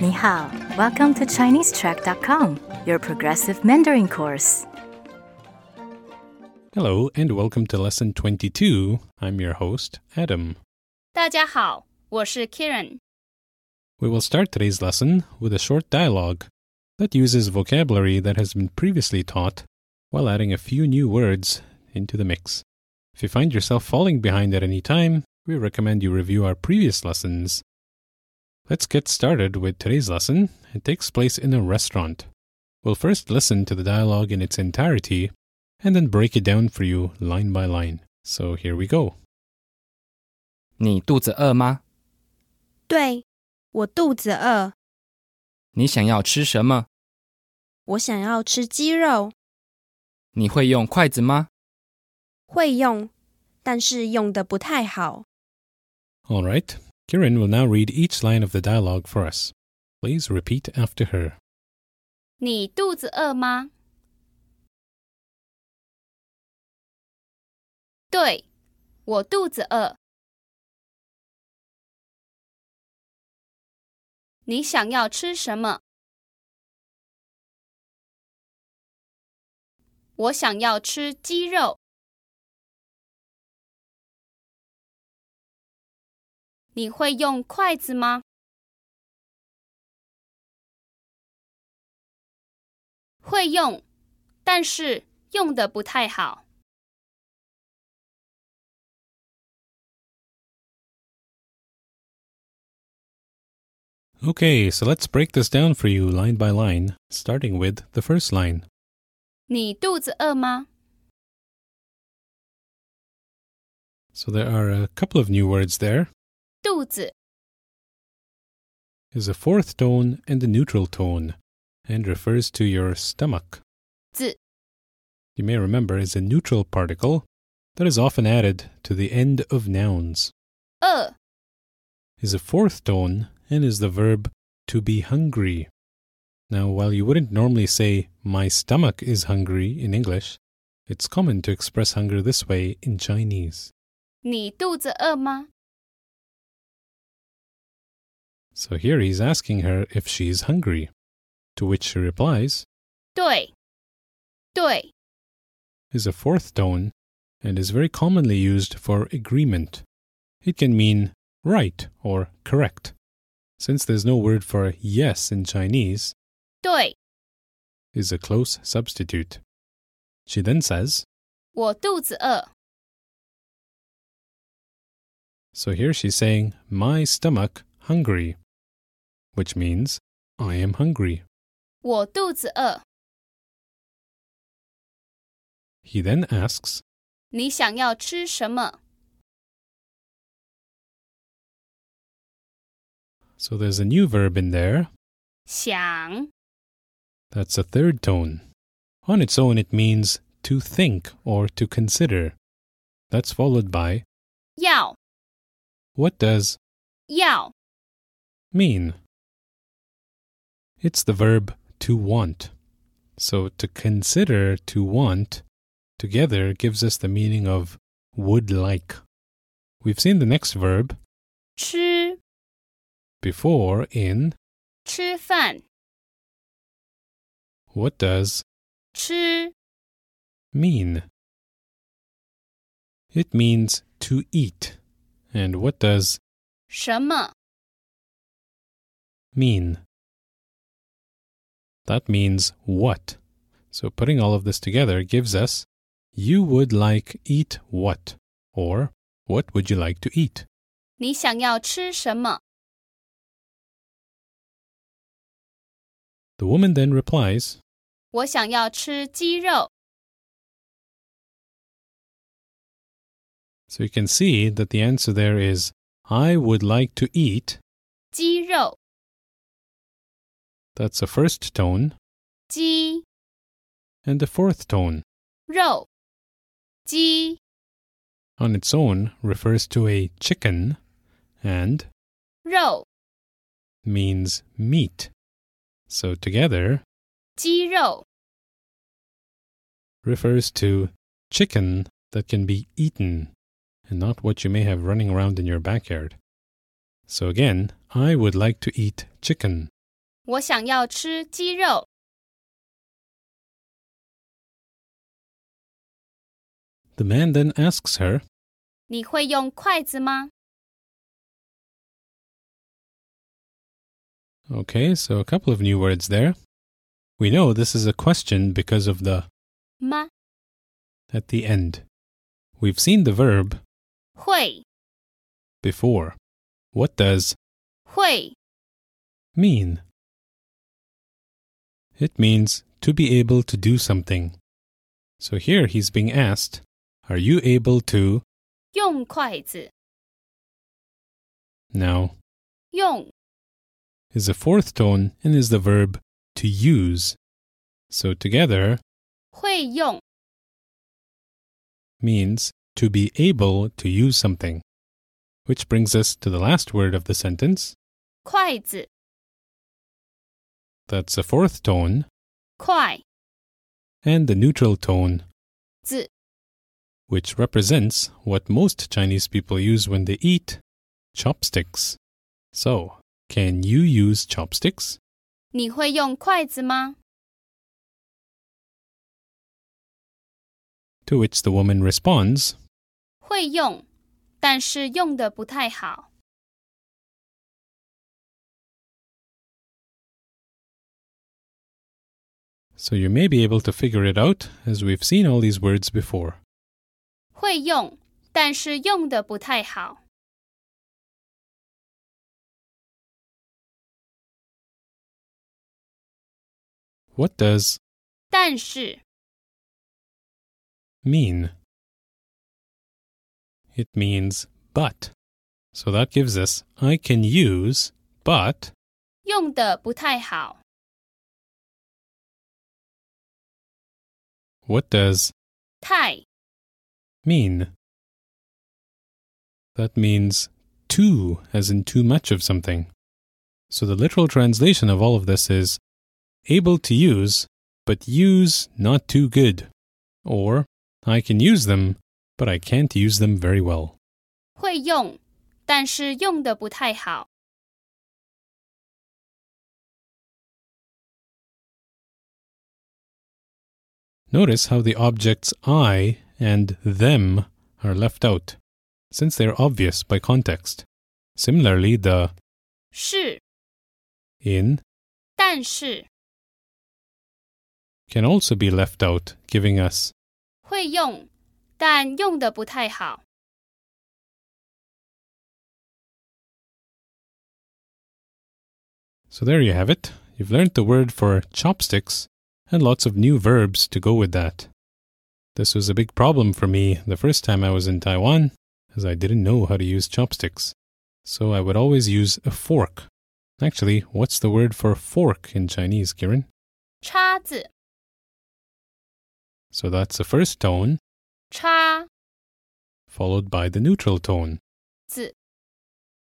你好，Welcome to ChineseTrack.com, your progressive Mandarin course. Hello, and welcome to lesson 22. I'm your host, Adam. 大家好，我是 Karen。 We will start today's lesson with a short dialogue that uses vocabulary that has been previously taught while adding a few new words into the mix. If you find yourself falling behind at any time, we recommend you review our previous lessons. Let's get started with today's lesson. It takes place in a restaurant. We'll first listen to the dialogue in its entirety and then break it down for you line by line. So here we go. 你肚子饿吗？对，我肚子饿，你想要吃什么？我想要吃鸡肉，你会用筷子吗？会用，但是用的不太好。 All right. Kirin will now read each line of the dialogue for us. Please repeat after her. 你肚子饿吗？对，我肚子饿。你想要吃什么？我想要吃鸡肉。你会用筷子吗？会用，但是用的不太好。 Okay, so let's break this down for you line by line, starting with the first line. 你肚子饿吗？ So there are a couple of new words there. 肚子， Is a fourth tone and a neutral tone, and refers to your stomach. 子， You may remember is a neutral particle that is often added to the end of nouns. 饿， Is a fourth tone and is the verb to be hungry. Now, while you wouldn't normally say my stomach is hungry in English, it's common to express hunger this way in Chinese. 你肚子饿吗？ So here he's asking her if she is hungry, to which she replies, 对，对， is a fourth tone and is very commonly used for agreement. It can mean right or correct. Since there's no word for yes in Chinese, 对， is a close substitute. She then says, 我肚子饿。 so here she's saying, my stomach hungry, which means I am hungry. 我肚子饿， He then asks, 你想要吃什么？ so there's a new verb in there, 想， That's a third tone. On its own, it means to think or to consider. That's followed by 要， what does 要， mean? It's the verb to want. So to consider to want together gives us the meaning of would like. We've seen the next verb 吃， before in 吃饭， what does 吃， mean? It means to eat. And what does 什么？ mean? That means what. So putting all of this together gives us you would like eat what? Or what would you like to eat? 你想要吃什么？ The woman then replies, 我想要吃鸡肉。 so you can see that the answer there is I would like to eat. 鸡肉， That's a first tone 鸡 and a fourth tone. 肉，鸡 On its own refers to a chicken and 肉， means meat. So together 鸡肉， refers to chicken that can be eaten and not what you may have running around in your backyard. So again, I would like to eat chicken. 我想要吃鸡肉。 The man then asks her, 你会用筷子吗？ Okay, so a couple of new words there. We know this is a question because of the 吗？ at the end. We've seen the verb 会 before. What does 会 mean? It means to be able to do something. So here he's being asked, Are you able to? 用筷子 Now 用 is a fourth tone and is the verb to use. So together 会用 means to be able to use something. Which brings us to the last word of the sentence. 筷子 That's a fourth tone 筷 and the neutral tone, 子 which represents what most Chinese people use when they eat chopsticks. So, can you use chopsticks? 你会用筷子吗？ To which the woman responds, 会用，但是用的不太好。 so you may be able to figure it out as we've seen all these words before. 会用，但是用的不太好。 What does 但是 mean? It means but. So that gives us I can use, but 用的不太好。 what does 太 mean? That means too, as in too much of something. So the literal translation of all of this is able to use, but use not too good. Or I can use them, but I can't use them very well. 会用，但是用的不太好。 Notice how the objects I and them are left out, since they are obvious by context. Similarly, the 是， in 但是 can also be left out, giving us 会用，但用的不太好。 So there you have it. You've learned the word for chopsticks and lots of new verbs to go with that. This was a big problem for me the first time I was in Taiwan, as I didn't know how to use chopsticks. So I would always use a fork. Actually, what's the word for fork in Chinese, Kiran? 叉子 So that's the first tone, 叉 followed by the neutral tone. 子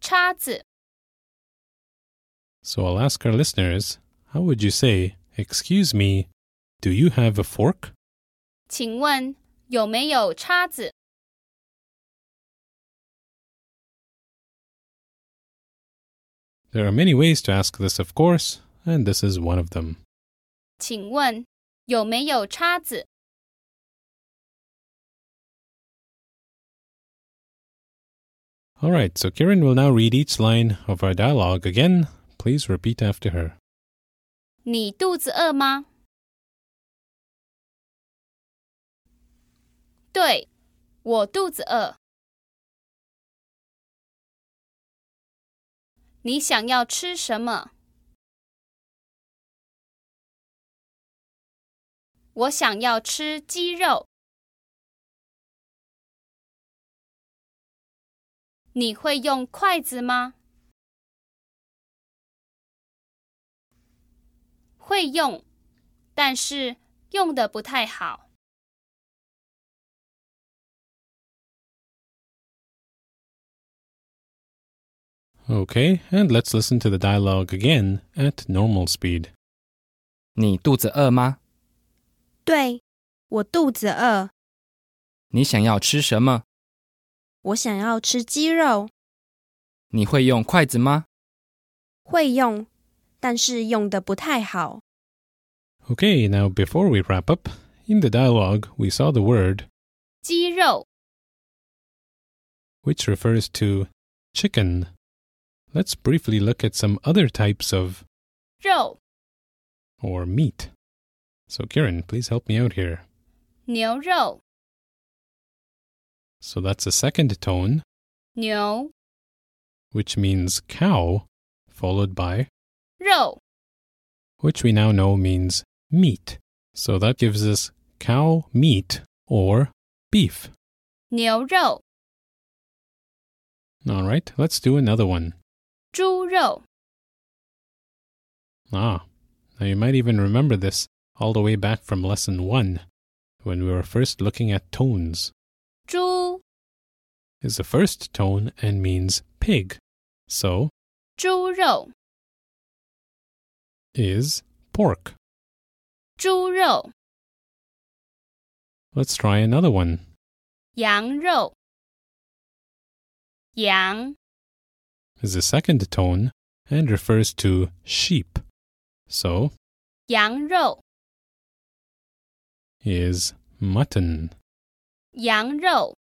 叉子 So I'll ask our listeners how would you say, Excuse me, do you have a fork? 请问有没有叉子？ There are many ways to ask this, of course, and this is one of them. 请问有没有叉子？ All right, so Kiran will now read each line of our dialogue again. Please repeat after her. 你肚子饿吗？对，我肚子饿。你想要吃什么？我想要吃鸡肉。你会用筷子吗？会用，但是用的不太好。 Okay, and let's listen to the dialogue again at normal speed. 你肚子饿吗？对，我肚子饿，你想要吃什么？我想要吃鸡肉。你会用筷子吗？会用，但是用的不太好。 Okay, now before we wrap up, in the dialogue we saw the word 鸡肉、 which refers to chicken. Let's briefly look at some other types of 肉、 or meat. So, Kieran, please help me out here. 牛肉、 So, that's a second tone, 牛 which means cow, followed by, 肉、 which we now know means meat. So, that gives us cow meat or beef. 牛肉、 All right, let's do another one. 猪肉、 Ah, now you might even remember this all the way back from lesson one, when we were first looking at tones. 猪、 Is the first tone and means pig. So, 猪肉、 is pork. 猪肉、 Let's try another one. 羊肉、羊、 Is the second tone and refers to sheep. So, 羊肉、 is mutton. 羊肉、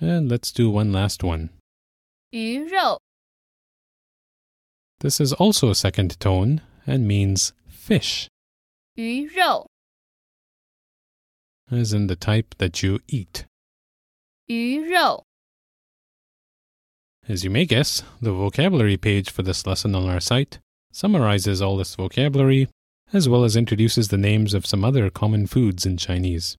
And let's do one last one. 鱼肉、 This is also a second tone and means fish, 鱼肉、 as in the type that you eat. 鱼肉。 As you may guess, the vocabulary page for this lesson on our site summarizes all this vocabulary as well as introduces the names of some other common foods in Chinese.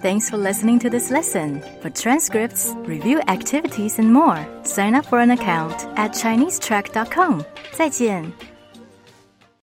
Thanks for listening to this lesson. For transcripts, review activities, and more, sign up for an account at ChineseTrack.com. 再见。